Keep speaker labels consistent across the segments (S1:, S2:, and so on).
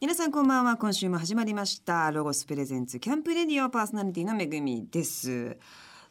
S1: 皆さんこんばんは今週も始まりましたロゴスプレゼンツキャンプレディオパーソナリティのめぐみです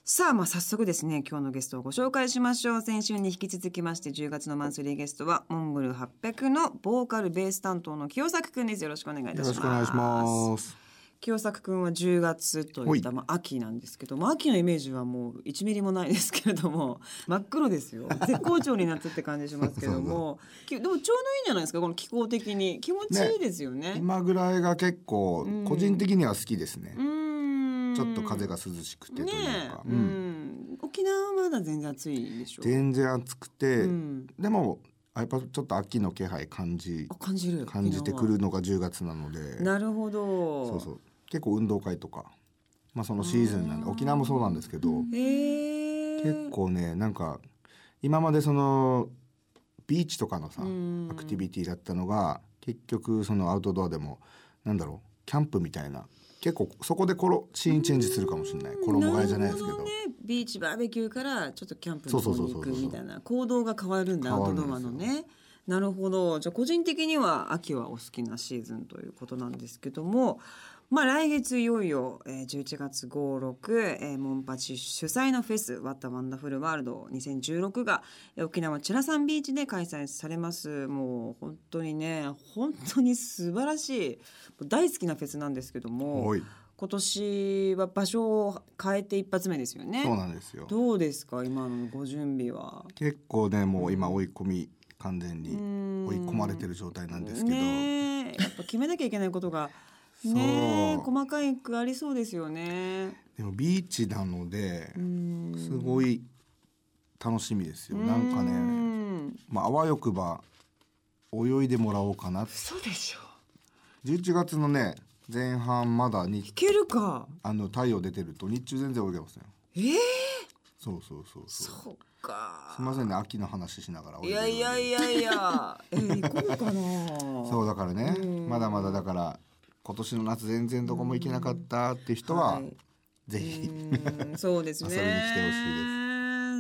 S1: さあまあ早速ですね今日のゲストをご紹介しましょう先週に引き続きまして10月のマンスリーゲストはモンゴル800のボーカルベース担当の清作くんですよろしくお願いいたし
S2: よ
S1: ます
S2: ろしくお願いします。
S1: 清作くんは10月といった、まあ、秋なんですけど、まあ、秋のイメージはもう1ミリもないですけれども真っ黒ですよ絶好調になったって感じしますけ どもきでもちょうどいいんじゃないですかこの気候的に気持ちいいですよね。
S2: 今ぐらいが結構
S1: うん
S2: 個人的には好きですね
S1: う。ーん
S2: ちょっと風が涼しくてと
S1: ね
S2: いうか、
S1: え、
S2: う
S1: うんん、沖縄はまだ全然暑いでしょ
S2: 全然暑くて、
S1: うん、
S2: でもやっぱちょっと秋の気配感じ
S1: あ感じる
S2: 感じてくるのが10月なので
S1: 沖、縄はなるほど
S2: そうそう結構運動会とか、まあそのシーズンなんで
S1: あー
S2: 沖縄もそうなんですけど、
S1: へえ
S2: 結構ねなんか今までそのビーチとかのさ、アクティビティだったのが結局そのアウトドアでもなんだろうキャンプみたいな結構そこでコロシーンチェンジするかもしれない衣替えじゃないですけど
S1: るほね、ビーチバーベキューからちょっとキャンプの
S2: そうそ
S1: 方
S2: うそう
S1: に
S2: そ
S1: 行
S2: う
S1: くみたいな行動が変わるんだア
S2: 変わ
S1: ウ
S2: る
S1: ト
S2: ん
S1: ド
S2: です
S1: アの
S2: よ
S1: ねなるほどじゃあ個人的には秋はお好きなシーズンということなんですけどもまあ来月いよいよ、えー、11月56、えー、モンパチ主催のフェス「What a Wonderful World 2016」がえー沖縄チラサンビーチで開催されますもう本当にね本当に素晴らしいもう大好きなフェスなんですけども。
S2: 多い
S1: 今年は場所を変えて一発目ですよね。
S2: そうなんですよ
S1: どうですか今のご準備は。
S2: 結構ねもう今追い込み完全
S1: うー
S2: に
S1: ん
S2: 追い込まれてる状態なんですけど、
S1: ねえやっぱ決めなきゃいけないことがねえ
S2: そう
S1: 細かいくありそうですよね。
S2: でもビーチなので
S1: うーん
S2: すごい楽しみですよなんか
S1: うー
S2: ね、
S1: ん
S2: まあ、あわよくば泳いでもらおうかなって
S1: 嘘でしょ。
S2: 11月のね前半まだに
S1: いけるか。
S2: あの太陽出てると日中全然泳げますよ
S1: ええ
S2: そうそうそうそ
S1: そ
S2: う
S1: う
S2: すみま
S1: か。
S2: せんね秋の話しながら
S1: い
S2: 泳でる
S1: やいやいやい や。えー、行こうかな。
S2: そうだからね
S1: うん
S2: まだまだだから今年の夏全然どこも行けなかったって人は
S1: はい
S2: ぜひ
S1: うんそうですね。
S2: 遊びに来て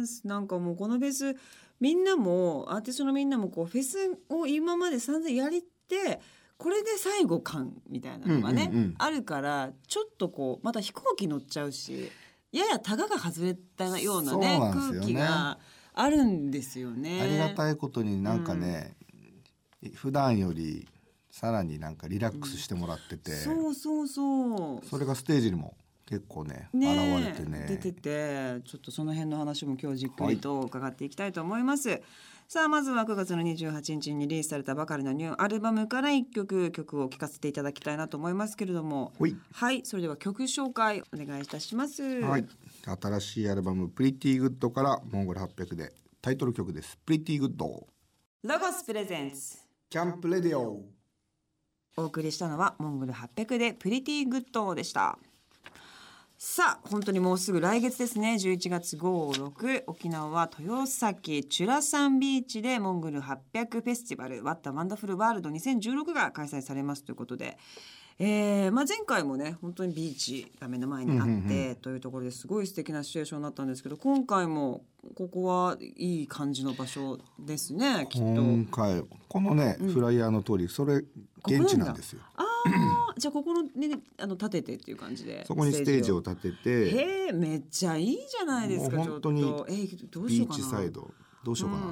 S2: ほし
S1: なんかもうこのフェスみんなもアーティストのみんなもこうフェスを今まで散々やりてこれで最後感みたいなのがね、
S2: うんうんうん
S1: あるからちょっとこうまた飛行機乗っちゃうしややタガが外れたようなね
S2: そうなんですよね
S1: 空気があるんですよね。
S2: ありがたいことになんかね普段よりさらになんかリラックスしてもらってて
S1: そうそうそう。
S2: それがステージにも結構ね現
S1: ね
S2: れてね
S1: 出ててちょっとその辺の話も今日じっくりと伺っていきたいと思います、さあまずは9月の28日にリリースされたばかりのニューアルバムから1曲曲を聴かせていただきたいなと思いますけれども
S2: ほい
S1: はいそれでは曲紹介お願いいたします
S2: はい、新しいアルバム「プリティグッド」からモンゴル800でタイトル曲です「プリティグッド
S1: ロゴスプレゼンツ
S2: キャンプレディオ
S1: お送りしたのはモンゴル800でプリティグッドでしたさあ本当にもうすぐ来月ですね11月56沖縄は豊崎チュラサンビーチでモンゴル800フェスティバル「ワッタワンダフルワールド2016」が開催されますということで、えーまあ、前回もね本当にビーチが目の前にあって、
S2: うんうん
S1: というところですごい素敵なシチュエーションだったんですけど今回もここはいい感じの場所ですねきっと。
S2: 今回このね、フライヤーの通りそれ
S1: こなんだ
S2: 現地なんですよ
S1: ああ、じゃあここのねあの立ててっていう感じで。
S2: そこにステージを立てて
S1: へえ、めっちゃいいじゃないですか。
S2: もう
S1: ちょっと
S2: 本当に
S1: えどうし
S2: ビ
S1: ようか
S2: ー
S1: な。
S2: チサイドどうしようかな、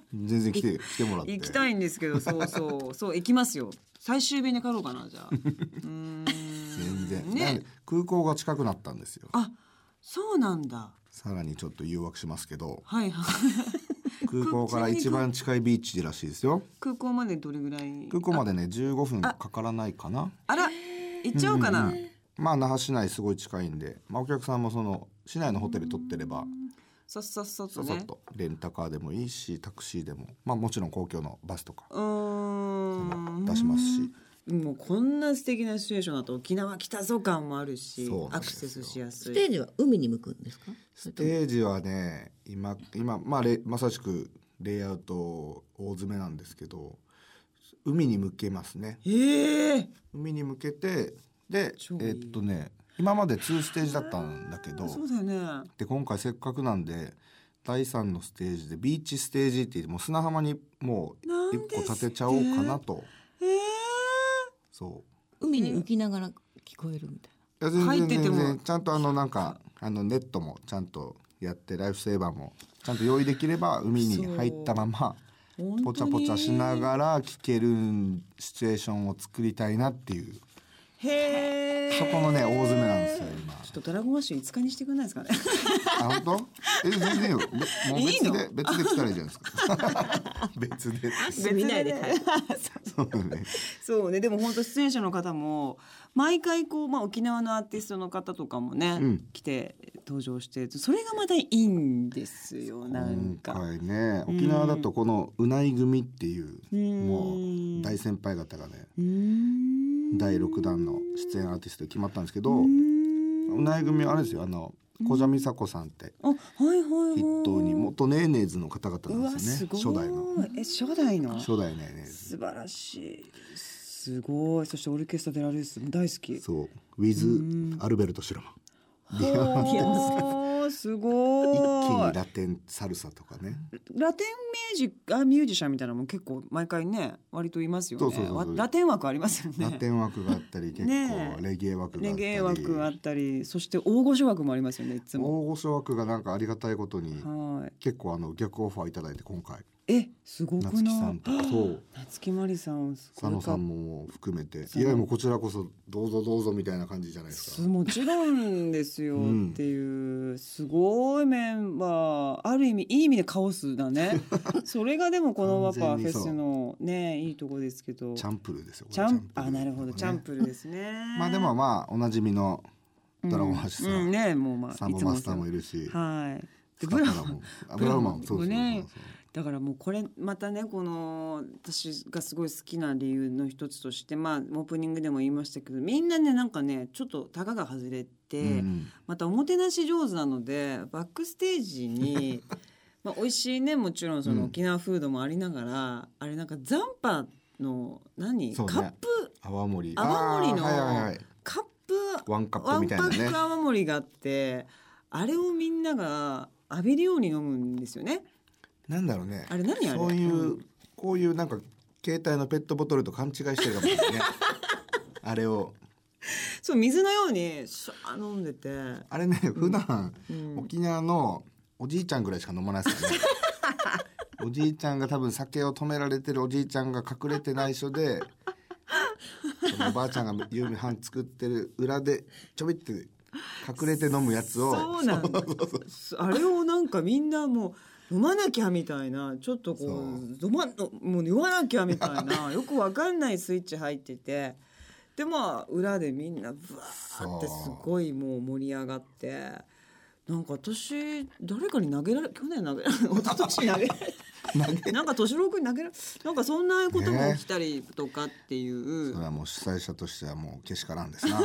S1: う
S2: 全然来て来てもらって
S1: 行きたいんですけど、そう そう、そう行きますよ。最終便で帰ろうかなじゃあ。うーん
S2: 全然、なん
S1: ね
S2: で。空港が近くなったんですよ
S1: あ、そうなんだ。
S2: さらにちょっと誘惑しますけど
S1: はいはい。
S2: 空港から一番近いビーチらしいですよ
S1: 空港までどれぐらい？
S2: 空港までね15分かからないかな
S1: あら、行っちゃおうかな。
S2: んまあ那覇市内すごい近いんで、まあ、お客さんもその市内のホテル取ってれば
S1: さっさっさっと
S2: ささ
S1: ね
S2: っ。とレンタカーでもいいしタクシーでも、まあ、もちろん公共のバスとか
S1: うーん。
S2: 出しますし
S1: もうこんな素敵なシチュエーションだと沖縄来たぞ感もあるし
S2: そうな
S1: ア
S2: ん
S1: ク
S2: です
S1: セ
S2: よ
S1: スしやす
S3: ス
S1: い
S3: テージは海に向くんですか
S2: ステージはね今今、まあ、レまさしくレイアウト大詰めなんですけど海に向けますね
S1: ええ
S2: 海に向けてで
S1: 超いい
S2: えっとね今まで2ステージだったんだけど
S1: そうだよね
S2: で今回せっかくなんで第3のステージでビーチステージって言ってもう砂浜にもう
S1: なん
S2: 一
S1: です
S2: 個立てちゃおうかなと
S1: ええ
S2: そう
S3: 海に浮きながら聞こえるみたい
S2: いや全
S1: 入っ
S2: 然
S1: てて
S2: 全
S1: も
S2: 然ちゃんとあのなんかあのネットもちゃんとやってライフセーバーもちゃんと用意できれば海に入ったまま
S1: 本当に
S2: ポチャポチャしながら聞けるシチュエーションを作りたいなっていう
S1: へえ
S2: そこのね大詰めなんですよ今
S1: ちょっとドラゴンアッシュ5日にしてくれないですかね
S2: あ本当え全然よべもう
S1: いい
S2: 別
S1: の
S2: で別で来たらいいじゃないですか 別で
S3: な。 見ないで帰る。
S2: そうね
S1: そうねでも本当出演者の方も毎回こう、まあ、沖縄のアーティストの方とかもね、
S2: うん
S1: 来て登場してそれがまたいいんですよなん
S2: 今
S1: か。
S2: 回ね沖縄だとこのうない組っていう
S1: うん
S2: もう大先輩方がね
S1: うん
S2: 第6弾の出演アーティスト決まったんですけど、
S1: うん
S2: うない組はあれですよあの小じゃみさこさんって
S1: あはいはいはい。
S2: 一党に元ネーネーズの方々
S1: う
S2: なん
S1: わ
S2: です
S1: す
S2: よね
S1: ごい
S2: 初代の
S1: え初代の
S2: 初代ネーネーズ
S1: 素晴らしいすごいそしてオルケストラデラルースも大好き
S2: そうウィズ・アルベルト・シュラマン
S1: おーすご
S2: 一気
S1: い
S2: にラテンサルサとかね
S1: ラテンミュージックあミュージシャンみたいなのも結構毎回ね割といますよね
S2: そうそうそうそう
S1: わラテン枠ありますよ
S2: ラ
S1: ね
S2: テン枠があったり結
S1: ね
S2: 構レゲエ枠
S1: レ
S2: があった
S1: ゲ
S2: り
S1: エ枠あったりそして大御所枠もありますよねいつも
S2: 大御所枠がなんかありがたいことに
S1: は
S2: 結構あの逆オファーいただいて今回
S1: いえすごくない
S2: 夏木さんとかそう
S1: 夏木マリさんすご
S2: 佐
S1: い
S2: 野さんも含めて
S1: そう
S2: いやもうこちらこそどうぞどうぞみたいな感じじゃないです
S1: す
S2: か
S1: もちろんですよ
S2: うん
S1: っていう、すごいメンバーある意味いい意味でカオスだ ねそれがでもこのやっぱ
S2: 完
S1: フェ
S2: 全にそう
S1: スのねいいとこですけど
S2: チャンプルーですよ
S1: チャンプ
S2: これ
S1: あなるほどチャン
S2: プルーとか
S1: プ
S2: ね
S1: ルですね
S2: まあでもまあおなじみのドラゴン橋さん、
S1: うんうんねもうまあ
S2: サンボマスターも
S1: い
S2: いるし
S1: つ、はいで
S2: スカ
S1: ブラ
S2: パ
S1: マ
S2: ラ
S1: ン
S2: もあブラウマ
S1: ブラウ
S2: ンも
S1: マン
S2: そうですね
S1: ね。だからもうこれまたねこの私がすごい好きな理由の一つとしてまあオープニングでも言いましたけどみんなねなんかねちょっとタガが外れて、
S2: そうそううん
S1: またおもてなし上手なのでバックステージ にまあ美味しいねもちろんそ
S2: うん
S1: の沖縄フードもありながら、あれなんか残波の何、
S2: そうね
S1: カップ
S2: 泡盛
S1: 泡盛の
S2: あーはいはいはい
S1: カップ
S2: ワンカッ
S1: ワ
S2: プみ
S1: ンパ
S2: たいな
S1: ッ
S2: ね
S1: ク泡盛があってあれをみんなが浴びるように飲むんですよね。
S2: なんだろうね
S1: あれ何あれ
S2: そういう、
S1: う
S2: こういうなんか携帯のペットボトルと勘違いしてるかもしれないね あれを
S1: そう水のようにシャー飲んでて、
S2: あれね普段、
S1: うん
S2: 沖縄のおじいちゃんぐらいしか飲まないです からねおじいちゃんが多分酒を止められてるおじいちゃんが隠れて内緒でそのおばあちゃんが夕飯作ってる裏でちょびって隠れて飲むやつを
S1: そうなんだあれをなんかみんなもう飲まなきゃみたいなちょっとこう飲まもう酔わなきゃみたい なよくわかんないスイッチ入っててでまあ裏でみんなブワーってすごいもう盛り上がってなんか私誰かに投げられ去年投げられ一昨年投げられなんか年郎君に投げられなんかそんなことも起きたりとかっていう。
S2: それはもう主催者としてはもうけしからんですな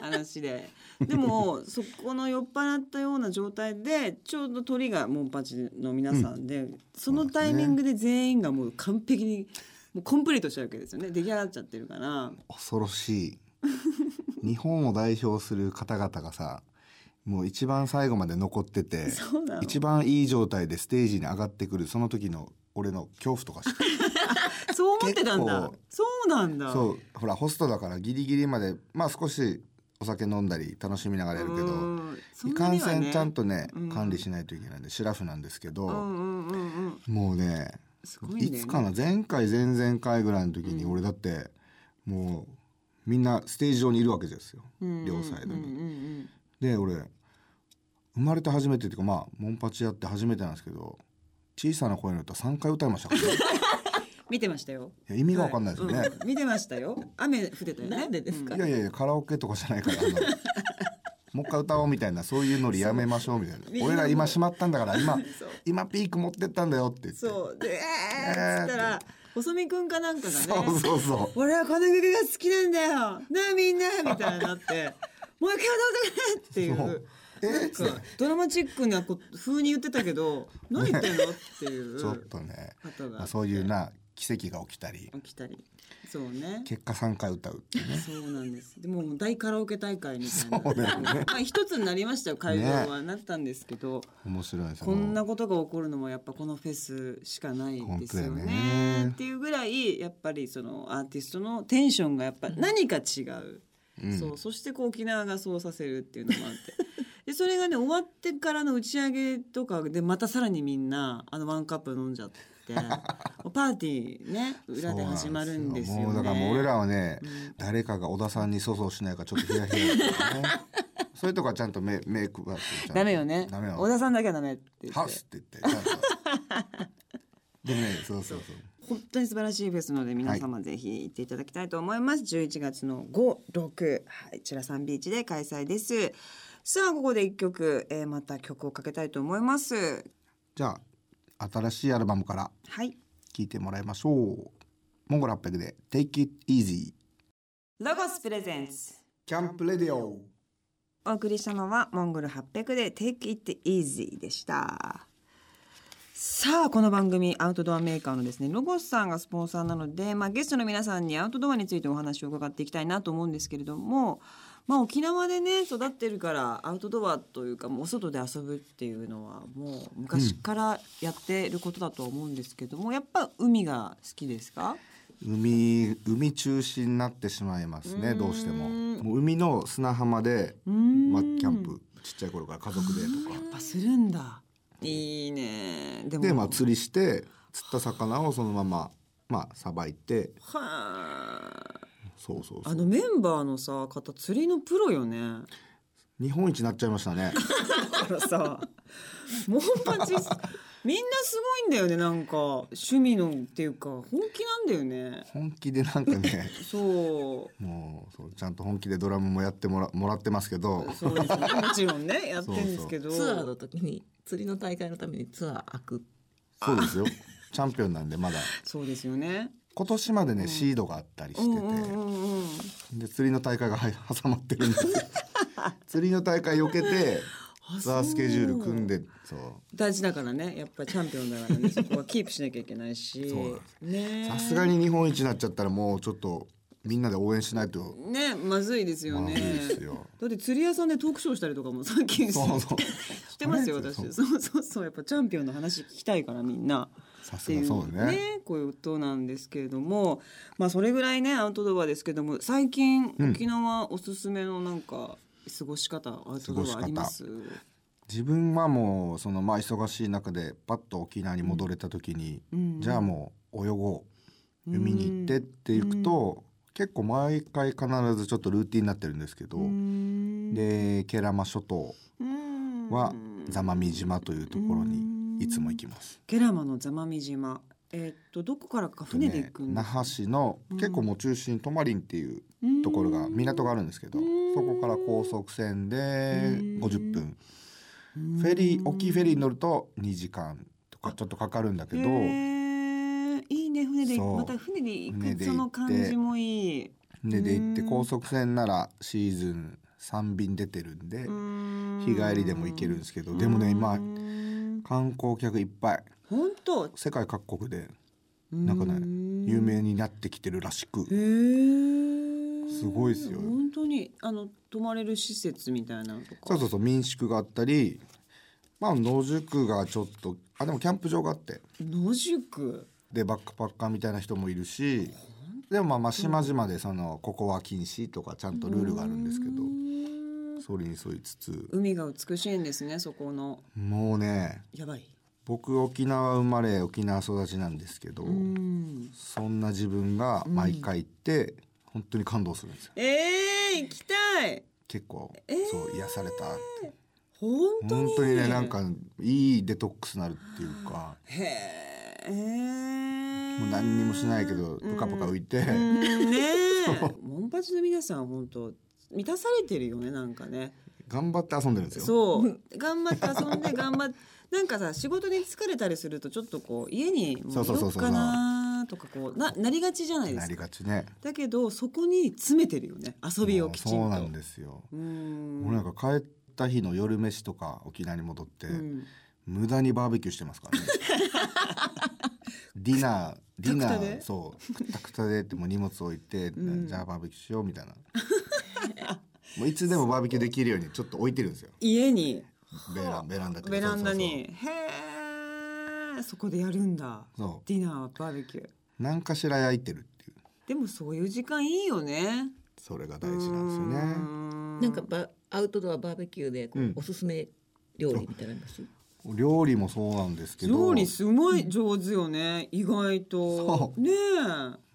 S1: 話ででもそこの酔っ払ったような状態でちょうど鳥がモンパチの皆さんで、そのタイミングで全員がもう完璧にもうコンプリートしちゃうわけですよね出来上がっちゃってるから
S2: 恐ろ しい日本を代表する方々がさもう一番最後まで残ってて
S1: そうなの
S2: 一番いい状態でステージに上がってくるその時の俺の恐怖とか知ってる
S1: そう思ってたんだ
S2: 結構
S1: そうなんだ
S2: そうほらホストだからギリギリまでまあ少しお酒飲んだり楽しみながらやるけ
S1: う
S2: ど
S1: んそん
S2: い
S1: な
S2: かん
S1: には
S2: せ
S1: ね
S2: んちゃんとね
S1: うん
S2: 管理しないといけないんでシラフなんですけ
S1: うん
S2: ど
S1: うんうんうん
S2: もうね
S1: すごい
S2: い
S1: ね
S2: つかな前回前々回ぐらいの時に俺だってもうみんなステージ上にいるわけですよ両サイド
S1: うんうん
S2: に。
S1: うん
S2: で俺生まれて初めてっていうかまあモンパチやって初めてなんですけど小さな声の歌3回歌いまし たからね
S1: 見てましたよ
S2: いや意味が分かんないですよね。
S1: はうん見てましたよ雨降ってたよね
S3: なんでですか
S2: いやいやいやカラオケとかじゃないからあのもう一回歌おうみたいなそういうノリやめましょうみたい
S1: みん
S2: な
S1: な
S2: 俺ら今しまったんだから今
S1: そう
S2: 今ピーク持ってったんだよって言って
S1: そうで「えー」っつったら細見くんかなんかがね
S2: そうそうそ
S1: 俺はこの曲が好きなんだよねえみんなみたいにな ってもう一回歌ってくれっていう
S2: そうえー
S1: なんかドラマチックなこ風に言ってたけど何言ってんのっていう
S2: ちょっとね、
S1: 方
S2: ま
S1: が
S2: あ、そういうな奇跡が起きたり
S1: 起きたりそうね
S2: 結果3回歌うっていうね
S1: そうなんですでももう大カラオケ大会みたいな
S2: そうだよね
S1: まあ一つになりましたよ会場は、なったんですけど
S2: 面白いですね
S1: こんなことが起こるのもやっぱこのフェスしかないですよ
S2: 本当だよ
S1: ね
S2: ね
S1: っていうぐらいやっぱりそのアーティストのテンションがやっぱ何か違う、
S2: うん
S1: そうそしてこう沖縄がそうさせるっていうのもあって でそれがね終わってからの打ち上げとかでまたさらにみんなあのワンカップ飲んじゃって パーティーね裏で始まるんですよね。
S2: そうなんですよもうだからもう俺らはね、
S1: うん
S2: 誰かが小田さんに粗相しないかちょっとヒヤ ヒヤだったねそういうとこはちゃんとメメイクは
S1: ダメよね。
S2: ダメよ
S1: 小田さんだけはダメって言
S2: ハ
S1: っ
S2: ウ
S1: て
S2: ス。って言ってちゃんとでもねそうそうそう
S1: 本当に素晴らしいフェスなので皆様ぜひ行っていただきたいと思います、11月の5、6、はい、チラサンビーチで開催ですさあここで一曲、えー、また曲をかけたいと思います
S2: じゃあ新しいアルバムから
S1: はい
S2: 聞いてもらいましょうモンゴル800で Take It Easy
S1: ロゴスプレゼンス
S2: キャンプレディオ
S1: お送りしたのはモンゴル800で Take It Easy でしたさあこの番組アウトドアメーカーのですねロゴスさんがスポンサーなので、まあ、ゲストの皆さんにアウトドアについてお話を伺っていきたいなと思うんですけれども、まあ、沖縄でね育ってるからアウトドアというかもうお外で遊ぶっていうのはもう昔からやってることだとは思うんですけども、やっぱ海が好きですか
S2: 海海中心になってしまいますね
S1: うん
S2: どうしてももう海の砂浜で、
S1: うーん
S2: まあ、キャンプちっちゃい頃から家族でとか
S1: やっぱするんだいいねでも
S2: で、まあ、釣りして釣った魚をそのまままあさばいて
S1: はあ
S2: そうそうそ
S1: あ
S2: う
S1: のメンバーのさ方釣りのプロよね。
S2: 日本一になっちゃいましたね
S1: だから さ、モンパチみんなすごいんだよねなんか趣味のっていうか本気なんだよね。
S2: 本気でなんかね
S1: そう。
S2: もうそうちゃんと本気でドラムもやってもらもらってますけど
S1: そうです ね、もちろんねやってるんですけど
S3: ツアーの時に釣りの大会のためにツアー開く。
S2: そうですよチャンピオンなんでまだ
S1: そうですよね
S2: 今年までね、シードがあったりして
S1: うん
S2: て、
S1: うんうんうん
S2: で釣りの大会がはい 挟まってるんです よ釣りの大会避けて
S1: あ
S2: ツアースケジュール組ん
S1: そう
S2: でそう
S1: 大事だからねやっぱチャンピオンだから ねそこはキープしなきゃいけないし
S2: そうなんです
S1: ね
S2: さすがに日本一になっちゃったらもうちょっとみんなで応援しないと
S1: ねまずいですよ
S2: まず
S1: ね
S2: いですよ。
S1: だって釣り屋さんでトークショーしたりとかもさっき
S2: そうそう
S1: 知ってますよ
S2: そう
S1: 私そうそうそうやっぱチャンピオンの話聞きたいからみんな
S2: さ
S1: っ
S2: す
S1: てい
S2: が
S1: う
S2: そうだね
S1: こういうことなんですけれどもまあそれぐらいねアウトドアですけども最近
S2: うん
S1: 沖縄おすすめのなんか過ごし方、アウトドアあります
S2: 自分はもうそのまあ忙しい中でパッと沖縄に戻れた時に、
S1: うん
S2: じゃあもう泳ごう海に行ってっていくと、結構毎回必ずちょっとルーティンになってるんですけど、
S1: うん
S2: で慶良間諸島
S1: うん
S2: は座間味島というところにいつも行きます。
S1: ケラマの座間味島えっとどこからか船で行くん
S2: 那
S1: ですか
S2: 覇市の結構もう中心トマリンっていうところが港があるんですけど
S1: うん
S2: そこから高速船で50分
S1: フ
S2: フェリー大きいフェリーに乗ると2時間とかちょっとかかるんだけど
S1: へーいいね船で
S2: そう
S1: また船で行
S2: 船で行っ
S1: く
S2: て
S1: その感じもいい
S2: 船で行って
S1: うん
S2: 高速船ならシーズン3便出てるんで日
S1: 日
S2: 帰りでも行けるんですけどでもね今観光客いっぱい
S1: 本当
S2: 世界各国で
S1: なん
S2: かね有名になってきてるらしく
S1: へー
S2: すごいですよ
S1: 本当にあの泊まれる施設みたいなのとか
S2: そうそうそう民宿があったりまあ野宿がちょっとあでもキャンプ場があって
S1: 野宿
S2: でバックパッカーみたいな人もいるしでもまあまあ島々でそのここは禁止とかちゃんとルールがあるんですけど
S1: うん
S2: それに沿いつつ
S1: 海が美しいんですねそこの
S2: もうね
S1: やばい
S2: 僕沖縄生まれ沖縄育ちなんですけど
S1: うん
S2: そんな自分が毎回行って本当に感動するんですよ
S1: えー行きたい
S2: 結構
S1: えー
S2: そう癒されたって
S1: 本当に
S2: 本当にねなんかいいデトックスになるっていうか
S1: へえ
S2: もう何にもしないけどぷかぷか浮いて
S1: うんねえモンパチの皆さん本当満たされてるよねなんかね
S2: 頑張って遊んでるんですよ。
S1: そう頑張って遊んで頑張ってなんかさ仕事に疲れたりするとちょっとこう家に
S2: そうそ
S1: 戻
S2: う
S1: ろ
S2: そう
S1: う
S2: そう
S1: かなとかこうななりがちじゃないで
S2: な
S1: す
S2: り
S1: か
S2: がちね。
S1: だけどそこに詰めてるよね遊びをきちんと
S2: そうなんですよ。
S1: うん
S2: 俺なんか帰った日の夜飯とか沖縄に戻って、
S1: うん
S2: 無駄にバーベキューしてますからねディナーディナ
S1: くたくたで
S2: ーそうくたくたでってもう荷物置いて、
S1: うん
S2: じゃあバーベキューしようみたいなもういつでもバーベキューできるようにちょっと置いてるんですよ
S1: 家に
S2: ベランベランダとか
S1: ベランダ
S2: そうそう
S1: にへえそこでやるんだ
S2: そうそ
S1: ディナーバーベキュー
S2: う何かしら焼いてるっていう
S1: でもそういう時間いいよね
S2: それが大事なんですよね
S1: ね
S3: なんかばアウトドアバーベキューでこう
S2: うん
S3: おすすめ料理みたいなのあります。
S2: 料理もそうなんですけど
S1: 料理すごい上手よね意外と
S2: そ
S1: ね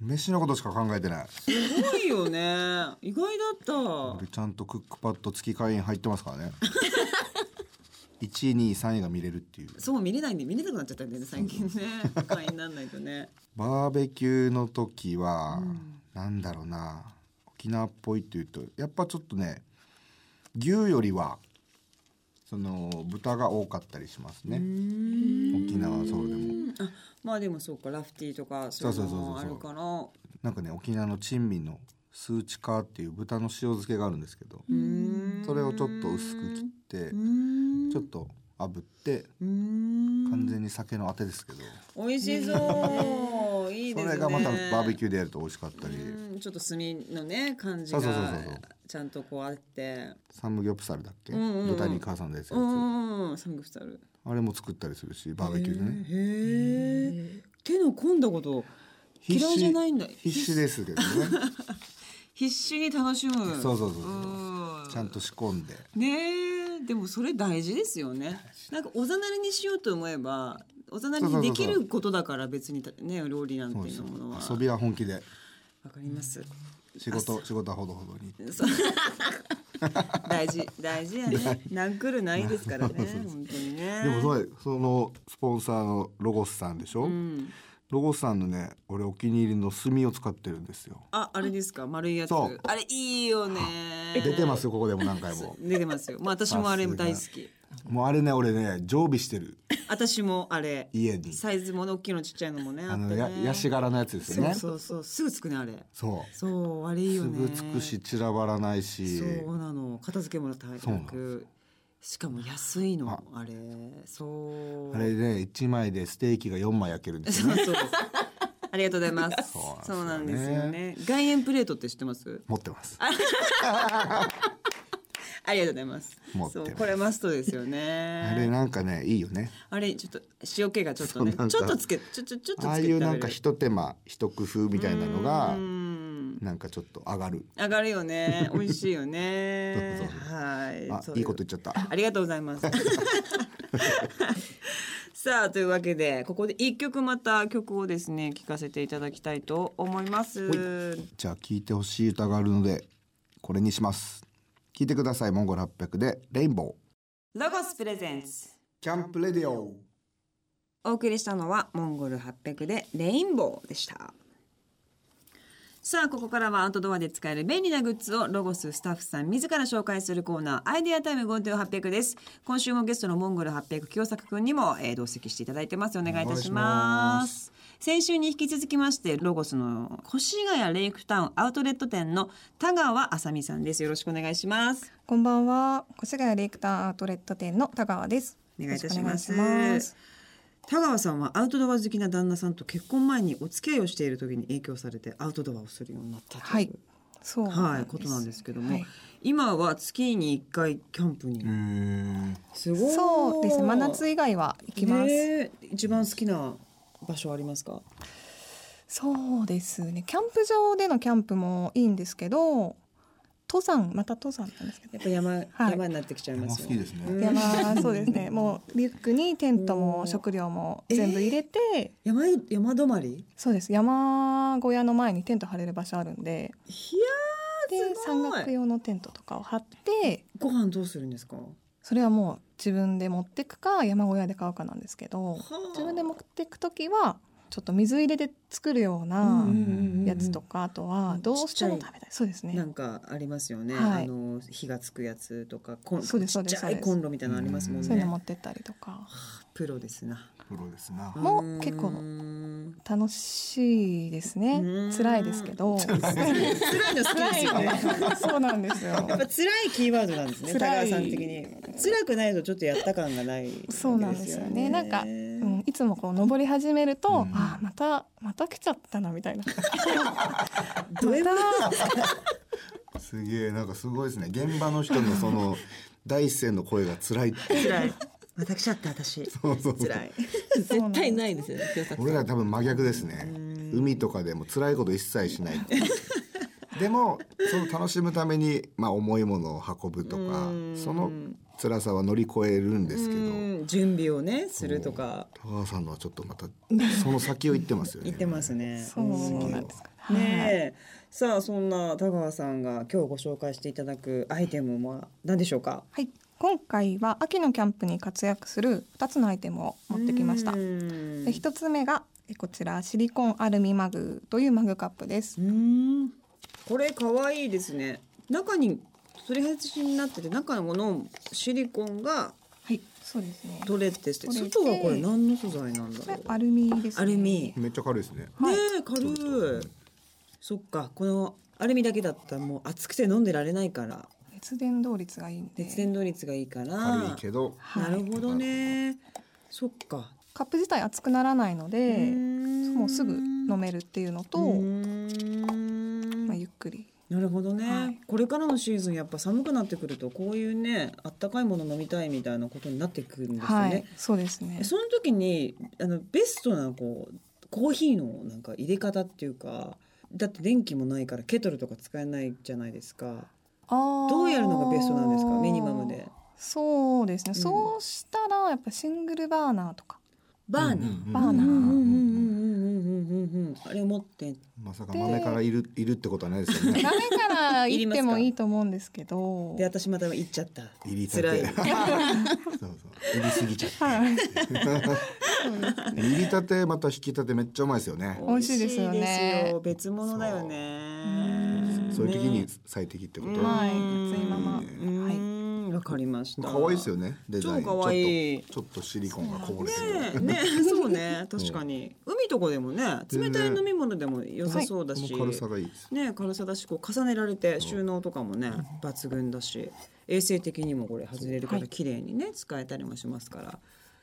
S2: 飯のことしか考えてない
S1: えすごいよね 意外だっ
S2: 俺ちゃんとクックパッド付き会員入ってますか らね1位2位3位が見れるっていう
S1: たそう見れないんで見れなくなっちゃったんだよね最近ね会員になんないと ね
S2: バーベキューの時は、
S1: うん
S2: なんだろうな沖縄っぽいっていうとやっぱちょっとね牛よりはその豚が多かったりしますね、沖縄はそうでも
S1: うんあまあでもそうかラフティーとかそういうのもあるから
S2: なんかね沖縄の珍味のスーチカーっていう豚の塩漬けがあるんですけどそれをちょっと薄く切ってちょっと炙って完
S1: 完
S2: 全に酒のあてですけど
S1: 美味しそういい
S2: そ
S1: ですね
S2: れがまたバーベ
S1: ュ
S2: キューでやると美味しかったり
S1: うんちょっと炭のね感じ
S2: そうそうそう
S1: が
S2: そう
S1: ちゃんとこうあって
S2: サムギョプサルだっけ
S1: うんうんうん
S2: 豚に母さんでやつ
S1: うんうんうんサムギョプサル
S2: あれも作ったりするしバーベキューでね
S1: へえ手の込んだこと
S2: 必
S1: 嫌い
S2: 死
S1: じゃないんだ
S2: 必死ですけどね
S1: 必死に楽しむ
S2: そうそうそうそう
S1: うん
S2: ちゃんと仕込んで
S1: ねえでもそれ大事ですよねなんかおざなりにしようと思えばおざなりにできることだから別にたね料理なん
S2: そう
S1: て
S2: で
S1: い
S2: す
S1: う
S2: よ
S1: ものは
S2: 遊びは本気で
S1: わかります
S2: 仕事仕事はほどほどに
S1: そう 大事大事やね何来るないです からね本当にね
S2: でもそうれそのスポンサーのロゴスさんでしょ、
S1: ん、
S2: ロゴスさんのね俺お気に入りの炭を使ってるんですよ
S1: ああれですか丸いやつ
S2: そう
S1: あれいいよね
S2: 出てますよここでも何回も
S1: 出てますよまあ私もあれも大好
S2: さ
S1: き
S2: もうあれね俺ね常備してる
S1: 私もあれ
S2: 家に
S1: サイズもね大きいのちっちゃいのもねあっ
S2: あ
S1: て
S2: のや
S1: ね
S2: ヤシ柄のやつですよね
S1: そうそうそうすぐつくねあれ
S2: そう
S1: そうあれいいよ
S2: す
S1: ね
S2: ぐつくし散らばらないし
S1: そうなの片付けもらった
S2: そうなん
S1: くしかも安いのあれそう
S2: あれね一枚でステーキが四枚焼けるんです
S1: そ
S2: よ
S1: う
S2: ね
S1: そうですありがとうございます
S2: そ
S1: そうう
S2: な
S1: なんん
S2: で
S1: ですす
S2: よね
S1: よね外苑プレートって知ってます
S2: 持ってます
S1: ありがとうございます
S2: 持って
S1: そ
S2: ます
S1: うこれマストですよ
S2: あれ
S1: ね
S2: なんかねいいよね
S1: あれちょっと塩気がちょっとね
S2: そうなん
S1: ち
S2: か
S1: ょっとつけちょちょちょっとつけて
S2: ああいうなんかひと手間ひと工夫みたいなのが
S1: うん
S2: なんかちょっと上がる
S1: 上がるよ ね美味しいよね
S2: そうそうそ
S1: はい
S2: あ
S1: そう
S2: いいこと言っちゃった
S1: ありがとうござい ます。さあというわけでここで一曲また曲をですね聴かせていただきたいと思います。
S2: じゃあ聴いてほしい歌があるのでこれにします聴いてくださいモンゴル800でレインボー
S1: ロゴスプレゼンツ
S2: キャンプレディオ
S1: お送りしたのはモンゴル800でレインボーでした。さあここからはアウトドアで使える便利なグッズをロゴススタッフさん自ら紹介するコーナーアイデアタイム5.800です今週もゲストのモンゴル800清作くんにも、えー同席していただいてますお願いいたします先週に引き続きましてロゴスの越谷レイクタウンアウトレット店の田川あさみさんですよろしくお願いします
S4: こんばんは、越谷レイクタウンアウトレット店の田川です。
S1: お願いいたします
S4: よろくお願いします
S1: 田川さんはアウトドア好きな旦那さんと結婚前にお付き合いをしている時に影響されてアウトドアをするようになったという、
S4: はい、そう
S1: は、
S4: ないんです
S1: ことなんですけども、
S4: はい
S1: 今は月に1回キャンプに、すごい
S4: そうですね、真夏以外は行きます。
S1: ねえ一番好きな場所ありますか
S4: そうですね、キャンプ場でのキャンプもいいんですけど、登山また登山なんですけど
S1: やっ、ぱ山、
S4: はい
S1: 山になってきちゃいますよ
S2: 山好きですね
S1: うん
S4: 山そうですね、もうリュックにテント
S1: おー
S4: も食料も全部入れて、
S1: 山山泊まり
S4: そうです、山小屋の前にテント張れる場所あるんで、
S1: い
S4: で
S1: やーす
S4: 山
S1: ご
S4: 岳
S1: い
S4: 用のテントとかを張って。
S1: ご飯どうするんですか
S4: それはもう自分で持ってくか山小屋で買うかなんですけど
S1: はあ
S4: 自分で持ってく時はちょっと水入れで作るような
S1: うんうんうんうん
S4: やつとか、あとはどうして
S1: ちっ
S4: も
S1: ち
S4: 食べ
S1: ゃい
S4: たいそうです
S1: な
S4: ね
S1: んかありますよね、
S4: はい
S1: あの火がつくやつとかこん
S4: そうです
S1: ち
S4: そ
S1: っ
S4: うで
S1: ち
S4: す
S1: ゃいコンロみたいなのありますもん
S4: そういうの持
S1: ね
S4: ってったりとか
S1: プロですな
S2: プロですな
S4: もう結構
S1: うーん
S4: 楽しいですね
S1: うん
S4: 辛いですけど
S1: 辛いの好きですよね
S4: そうなんですよ
S1: やっぱ辛いキーワードなんですね
S4: 辛
S1: 高
S4: い
S1: 橋さん的に辛くないとちょっとやった感がないわけ
S4: そうなんですよねなんか、うん、いつもこう登り始めると、
S2: うん
S4: ああまたまた来ちゃったなみたいな
S3: どういうこ
S2: すげえなんかすごいですね現場の人の その第一線の声が辛いって
S1: 辛い。また来ちゃった私。
S2: そうそうそ う
S1: 辛い。
S3: と絶対ないですよね。清作さん
S2: 俺ら多分真逆ですね海とかでも辛いこと一切し ないっていうでもその楽しむために、まあ、重いものを運ぶとか
S1: うん
S2: その辛さは乗り越えるんですけど
S1: うん準備をねするとか
S2: 高川さんのはちょっとまたその先を行ってますよね
S1: 言ってますね。
S4: そうなんですか
S1: ねえ、さあそんな田川さんが今日ご紹介していただくアイテムは何でしょうか。
S4: はい今回は秋のキャンプに活躍する2つのアイテムを持ってきました
S1: う
S4: で
S1: ん
S4: 1つ目がえこちらシリコンアルミマグというマグカップです
S1: うんこれ可愛いですね。中に取り外しになってて中のこのシリコンが
S4: はいそうですね
S1: 取れてて
S4: 取れて
S1: 外はこれ何の素材なんだ
S4: こ
S1: ろ
S4: れ
S1: う。
S4: アルミです、ね、
S1: アルミ。
S2: めっちゃ軽いですね
S1: ね
S4: はい
S1: え軽い。そっかこのアルミだけだったらもう熱くて飲んでられないから
S4: 熱伝導率がいいんで
S1: 熱伝導率がいいから。
S2: 軽いけど
S4: はい
S1: なるほどね。そっか。
S4: カップ自体熱くならないの
S1: う
S4: で
S1: ーん
S4: もうすぐ飲めるっていうのと、
S1: うーん
S4: まあ、ゆっくり
S1: なるほどね、
S4: はい
S1: これからのシーズンやっぱ寒くなってくるとこういうねあったかいもの飲みたいみたいなことになってくるんですよ
S4: は
S1: ね。
S4: いそうですね
S1: えその時にあのベストなこうコーヒーのなんか入れ方っていうかだって電気もないからケトルとか使えないじゃないですかど
S4: ど
S1: うやるのがベストなんですかミニマムで。
S4: そうですね、
S1: うん
S4: そうしたらやっぱシングルバーナーとか
S1: バーナー、
S4: バーナー
S1: う
S4: うん
S1: うん
S4: ん
S1: うんうんうんうんうんうんあれを持って
S2: まさか豆からいるいるってことはないですよ
S4: ダメ
S2: ね
S4: から
S1: いり
S4: 行っ
S1: ます
S4: て
S1: か
S4: もいいと思うんですけど
S1: で私また行っちゃった
S2: 入りた
S1: 辛
S2: て
S1: い
S2: そうそう入りすぎちゃって
S4: はいそうです
S2: 入りたてまた引きたてめっちゃうまいですよね
S4: 美味しいですよね
S1: 美味しいですよ別物だよね
S4: うん
S2: そういう時に最適ってこと
S4: ま
S2: 可
S4: あはい熱いままはいう
S1: はいわかりました
S2: 愛いですよねデザイン
S1: 超可愛い
S2: ちょっとちょっとシリコンがこぼれてる
S1: ねえね えそうね確かに海とかでもね冷たい飲み物でも良さそうだし
S2: この軽さがいいです
S1: ねえ軽さだしこう重ねられて収納とかもね抜群だし衛生的にもこれ外れるか
S4: は
S1: ら
S4: い
S1: 綺麗にね使えたりもしますから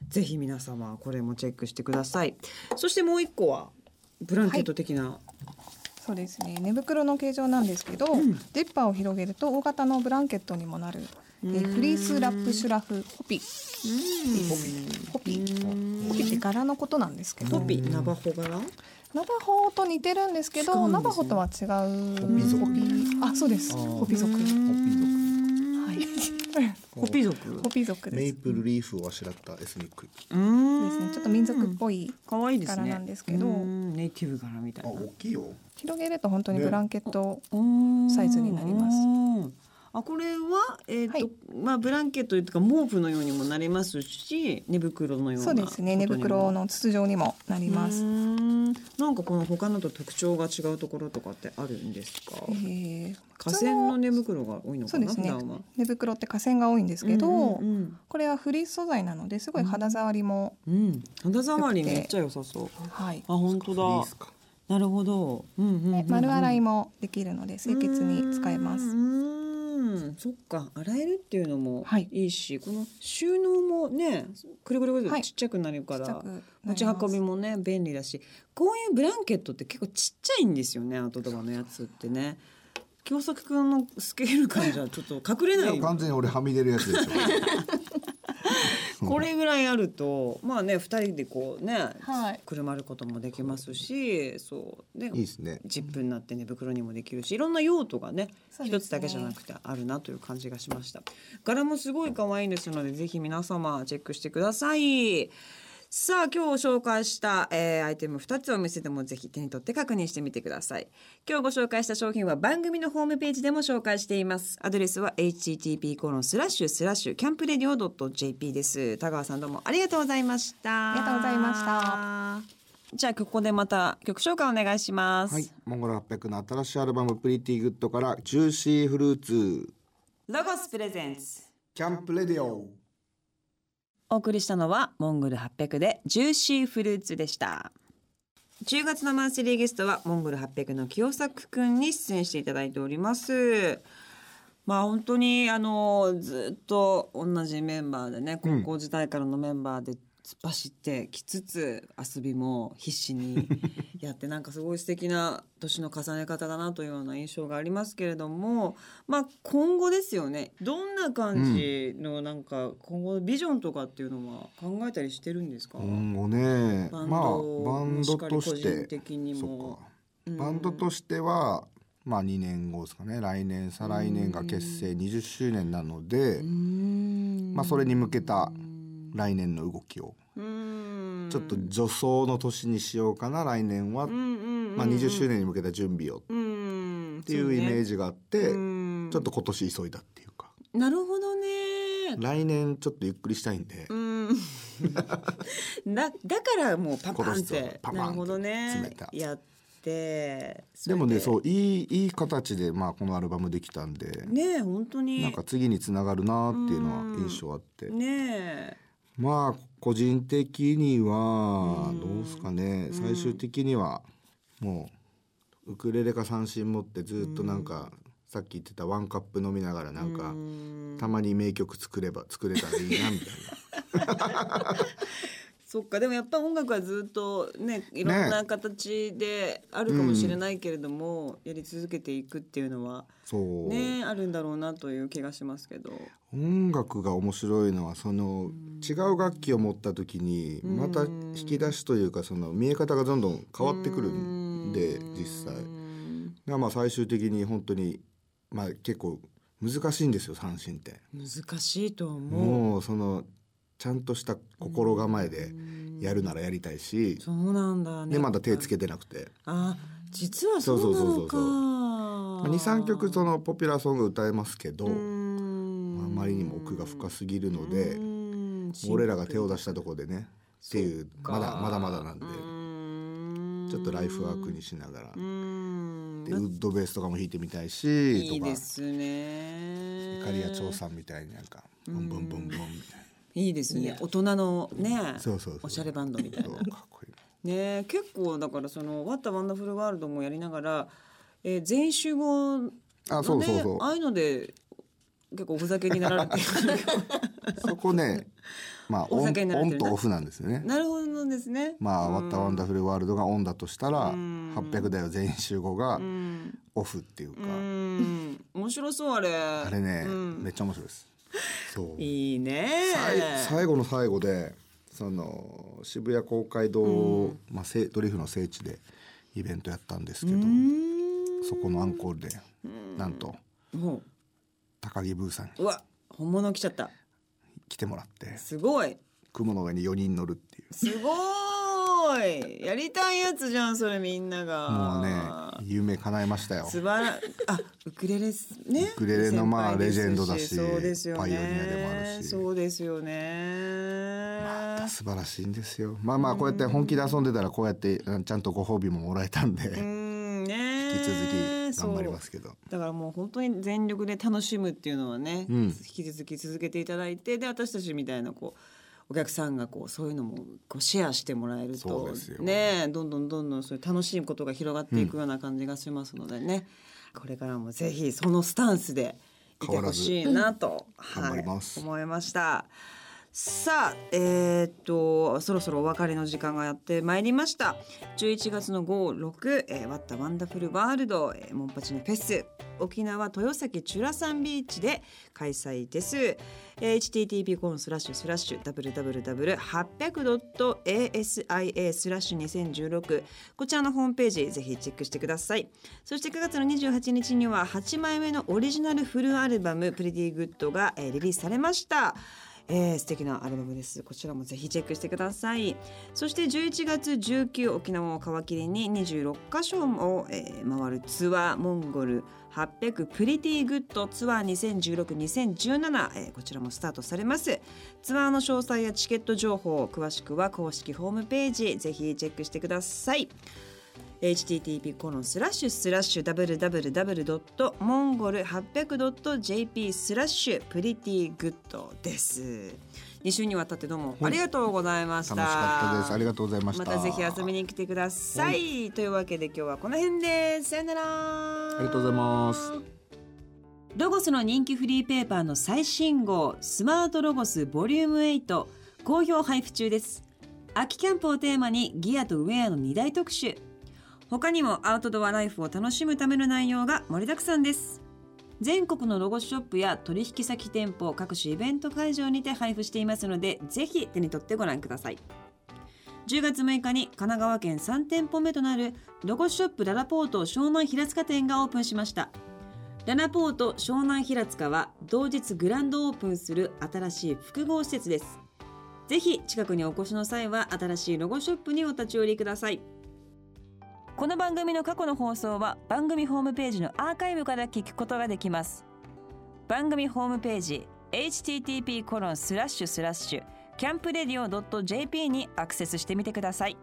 S1: ぜひ皆様これもチェックしてくださいそしてもう一個はブランケット的な
S4: そうですね寝袋の形状なんですけど、ジッパーを広げると大型のブランケットにもなる、えーフリースラップシュラフホピホピホピって柄のことなんですけ
S1: ト
S4: ど
S1: ピナバホ柄
S4: ナバホと似てるんですけ
S1: 使
S4: ど
S1: うんですね
S4: ナバホとは違う
S2: ホピ族
S4: あそうです
S2: あー
S4: ホピ族はい
S1: コピ族
S4: ホピ族
S2: メ
S4: で
S2: イ
S4: す
S2: プルリーフをあしらったエスニック
S1: う
S4: そうです
S1: ん
S4: ねちょっと民族っぽい
S1: 可愛いですね
S4: 柄なんですけど
S1: うんネイティブ柄みた
S2: あ
S1: いな
S2: 大きいよ
S4: 広げると本当に
S2: ね
S4: ブランケット、
S1: サ
S4: サイズになります
S1: あこれは、えーと
S4: はい
S1: まあ、ブランケットというか毛布のようにもなりますし寝袋のような
S4: そうですね寝袋の筒状にもなり
S1: いま
S4: ますす、
S1: なんかこの他のと特徴が違うところとかってあるんですか
S4: えー
S1: 河川の寝袋が多いのか
S4: そうで
S1: な
S4: す
S1: 普
S4: ね
S1: 段は
S4: 寝袋って河川が多いんですけど、
S1: うん
S4: これはフリース素材なのですごい肌触りも、
S1: うんうんうん肌触りめっちゃ良さそう
S4: はい、
S1: あ本当
S2: フリー
S1: だ
S2: スか
S1: なるほど、うんうんうんうん
S4: 丸洗いもできるので清潔に使えま
S1: う
S4: す。
S1: ーんそっか洗えるっていうのも
S4: はい
S1: いいし、この収納もねくるくるくるく
S4: は
S1: る
S4: い
S1: ちっちゃくなるから、
S4: ちっちゃくなり
S1: 持
S4: ま
S1: ち
S4: す
S1: 運びもね便利だしこういうブランケットって結構ちっちゃいんですよねアウトドアのやつってね京作くんのスケール感じゃちょっと隠れ
S2: い
S1: な
S2: や
S1: い
S2: 完全に俺はみ出るやつでし ょ
S1: これぐらいあるとまあね二人でこうね、
S4: はい
S1: くるまることもできますしそうね
S2: いいですね
S1: ジップになって寝袋にもできるしいろんな用途がね
S4: そ
S1: 一、
S4: うですね
S1: つだけじゃなくてあるなという感じがしました柄もすごい可愛いですのでぜひ皆様チェックしてくださいさあ今日紹介した、えーアイテム2つお店でもぜひ手に取って確認してみてください今日ご紹介した商品は番組のホームページでも紹介していますアドレスは http コロンスラッシュスラッシュキャンプレディオ .jp です田川さんどうもありがとうございました
S4: ありがとうございました
S1: じゃあここでまた曲紹介お願いします。
S2: はいモンゴル800の新しいアルバム「プリティグッド」から「ジューシーフルーツ
S1: ロゴスプレゼンツ。
S2: キャンプレディオ」
S1: お送りしたのはモングル800でジューシーフルーツでした。10月のマンスリーゲストはモングル800の清作くんに出演していただいております。まあ本当にあのずっと同じメンバーでね高校時代からのメンバーで突っ走ってきつつ遊びも必死にやって なんかすごい素敵な年の重ね方だなというような印象がありますけれどもまあ今後ですよねどんな感じのなんか今後のビジョンとかっていうのは考えたりしてるんですか、
S2: 今後ね
S1: バ
S2: ま
S1: ン
S2: あ
S1: ド
S2: バンドと
S1: も
S2: し
S1: しかり個人
S2: て
S1: 的に
S2: そ
S1: も
S2: っかバンドとしてはまあ2年後ですかね来年再来年が結成20周年なのでまあそれに向けた来年の動きを
S1: うん
S2: ちょっと助走の年にしようかな来年はま
S1: ま
S2: あ20周年に向けた準備を
S1: 年っ
S2: っていうイメー
S1: ジ
S2: ジがあってちょっ
S1: と
S2: と今年急いだっていうか
S1: なるほどね
S2: 来年ちょっとゆっくりしたいんで
S1: うん だだからもうパパンっ
S2: 今年
S1: て
S2: はパパン
S1: な
S2: って
S1: るほど
S2: 詰
S1: ね
S2: めた
S1: やって
S2: でもね
S1: う
S2: そういいいい形でまあこのアルバムできたんで
S1: ねえ本当に
S2: なんか次につながるなっていうのは印象あって
S1: ねえ
S2: まあ個人的には
S1: うん
S2: どうですかね最終的にはもうウクレレか三振持ってずっとなんかさっき言ってたワンカップ飲みながらなんか
S1: うん
S2: たまに名曲作れば作れたらいいなみたい
S1: そっかでもやっぱ音楽はずっとねいろんな形であるかもしれないけれども、やり続けていくっていうのは
S2: なそう
S1: ねえあるんだろうなという気がしますけど。
S2: 音楽が面白いのはその違う楽器を持った時にまた引き出しというかその見え方がどんどん変わってくるんで実際だからまあ最終的に本当にまあ結構難しいんですよ三振って
S1: 難しいと思う。
S2: もうそのちゃんとした心構えでやるならやりたいし
S1: そうなんだね。
S2: でまだ手つけてなくて
S1: あ、実はそう
S2: そう
S1: な
S2: そ
S1: の
S2: うそう
S1: か
S2: そう。23曲そのポピュラーソング歌えますけど
S1: う
S2: あ
S1: ん、
S2: まりにも奥が深すぎるので
S1: うん
S2: 俺らが手を出したところでねっていう
S1: そっか
S2: まだまだまだなんで
S1: うん
S2: ちょっとライフワークにしながら
S1: うん
S2: でウッドベースとかも弾いてみたいし
S1: いい
S2: とか
S1: ですね。
S2: イカリア調査みたいになんかブンブンブンブンみたい
S1: いいですね。大人のね
S2: な、そうそうそう
S1: おしゃれバンドみたいな
S2: そ。うかっこいい
S1: ね結構だからその「ワッタ・ワンダフル・ワールド」もやりながら、えー全員集合のね
S2: なあそうそうそう
S1: ああいうので結構おふざけになられて
S2: そ こねまあ
S1: お
S2: オン
S1: 酒にな
S2: オ
S1: れて
S2: ン
S1: る
S2: と
S1: な
S2: オフなんですよね
S1: なるほどですね。
S2: まあ「ワッタワンダフルワールド」がオンだとしたら
S1: うん
S2: 800台を全員集合が
S1: うん
S2: オフっていうか
S1: うん面白そうあれ。あ
S2: あれね
S1: うん
S2: めっちゃ面白いですそう
S1: いいね。
S2: さい最後の最後でその渋谷公会堂、まあ、せいドリフの聖地でイベントやったんですけど、
S1: うん
S2: そこのアンコールで、なんと
S1: もう
S2: 高木ブーさんに
S1: うわ本物来ちゃった。
S2: 来てもらって
S1: すごい
S2: 雲の上に4人乗るっていう
S1: すごいやりたいやつじゃんそれみんなが。
S2: もうね夢叶えましたよ。
S1: 素晴らあウクレレすね
S2: ウクレレのま
S1: 先
S2: あ
S1: 輩です
S2: レジェンドだし
S1: そうですよね
S2: パイオニアでもあるし
S1: そうですよね
S2: また素晴らしいんですよまあまあこうやって本気で遊んでたらこうやってあのちゃんとご褒美ももらえたんで、
S1: うんね
S2: 引き続き頑張りますすけど
S1: だからもう本当に全力で楽しむっていうのはね、
S2: うん
S1: 引き続き続けていただいてで私たちみたいなこうお客さんがこうそういうのもこうシェアしてもらえる
S2: そう
S1: と
S2: ですよ
S1: ねどんどんどんどんそういう楽しいことが広がっていくような感じがしますのでね、これからもぜひそのスタンスでいてほしいなと、
S2: 頑
S1: は
S2: 張
S1: い
S2: ります
S1: 思いました。さあ、えーっとそろそろお別れの時間がやってまいりました11月の56、えー、ワッタワンダフルワールド、えーモンパチのフェス沖縄豊崎チュラサンビーチで開催です、えー http コンスラッシュスラッシュ www800.asia スラッシュ2016こちらのホームページぜひチェックしてくださいそして9月の28日には8枚目のオリジナルフルアルバム「プリティグッドが、えーリリースされました。えー素敵なアルバムですこちらもぜひチェックしてくださいそして11月19沖縄を皮切りに26カ所を、えー回るツアーモンゴル800プリティグッドツアー2016-2017、えーこちらもスタートされますツアーの詳細やチケット情報詳しくは公式ホームページぜひチェックしてください http コロンスラッシュスラッシュ www.mongol800.jp スラッシュプリティグッドです2週にわたってどうもありがとうございました、
S2: 楽しかったですありがとうございました
S1: またぜひ遊びに来てください、というわけで今日はこの辺ですさよなら
S2: ありがとうございます
S1: ロゴスの人気フリーペーパーの最新号スマートロゴスボリューム8好評配布中です秋キャンプをテーマにギアとウェアの2大特集他にもアウトドアライフを楽しむための内容が盛りだくさんです全国のロゴスショップや取引先店舗各種イベント会場にて配布していますのでぜひ手に取ってご覧ください10月6日に神奈川県3店舗目となるロゴスショップララポート湘南平塚店がオープンしましたララポート湘南平塚は同日グランドオープンする新しい複合施設ですぜひ近くにお越しの際は新しいロゴショップにお立ち寄りくださいこの番組の過去の放送は番組ホームページのアーカイブから聞くことができます番組ホームページ http コロンスラッシュスラッシュキャンプレディオ .jp にアクセスしてみてください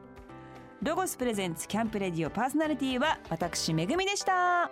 S1: ロゴスプレゼンツキャンプレディオパーソナリティは私めぐみでした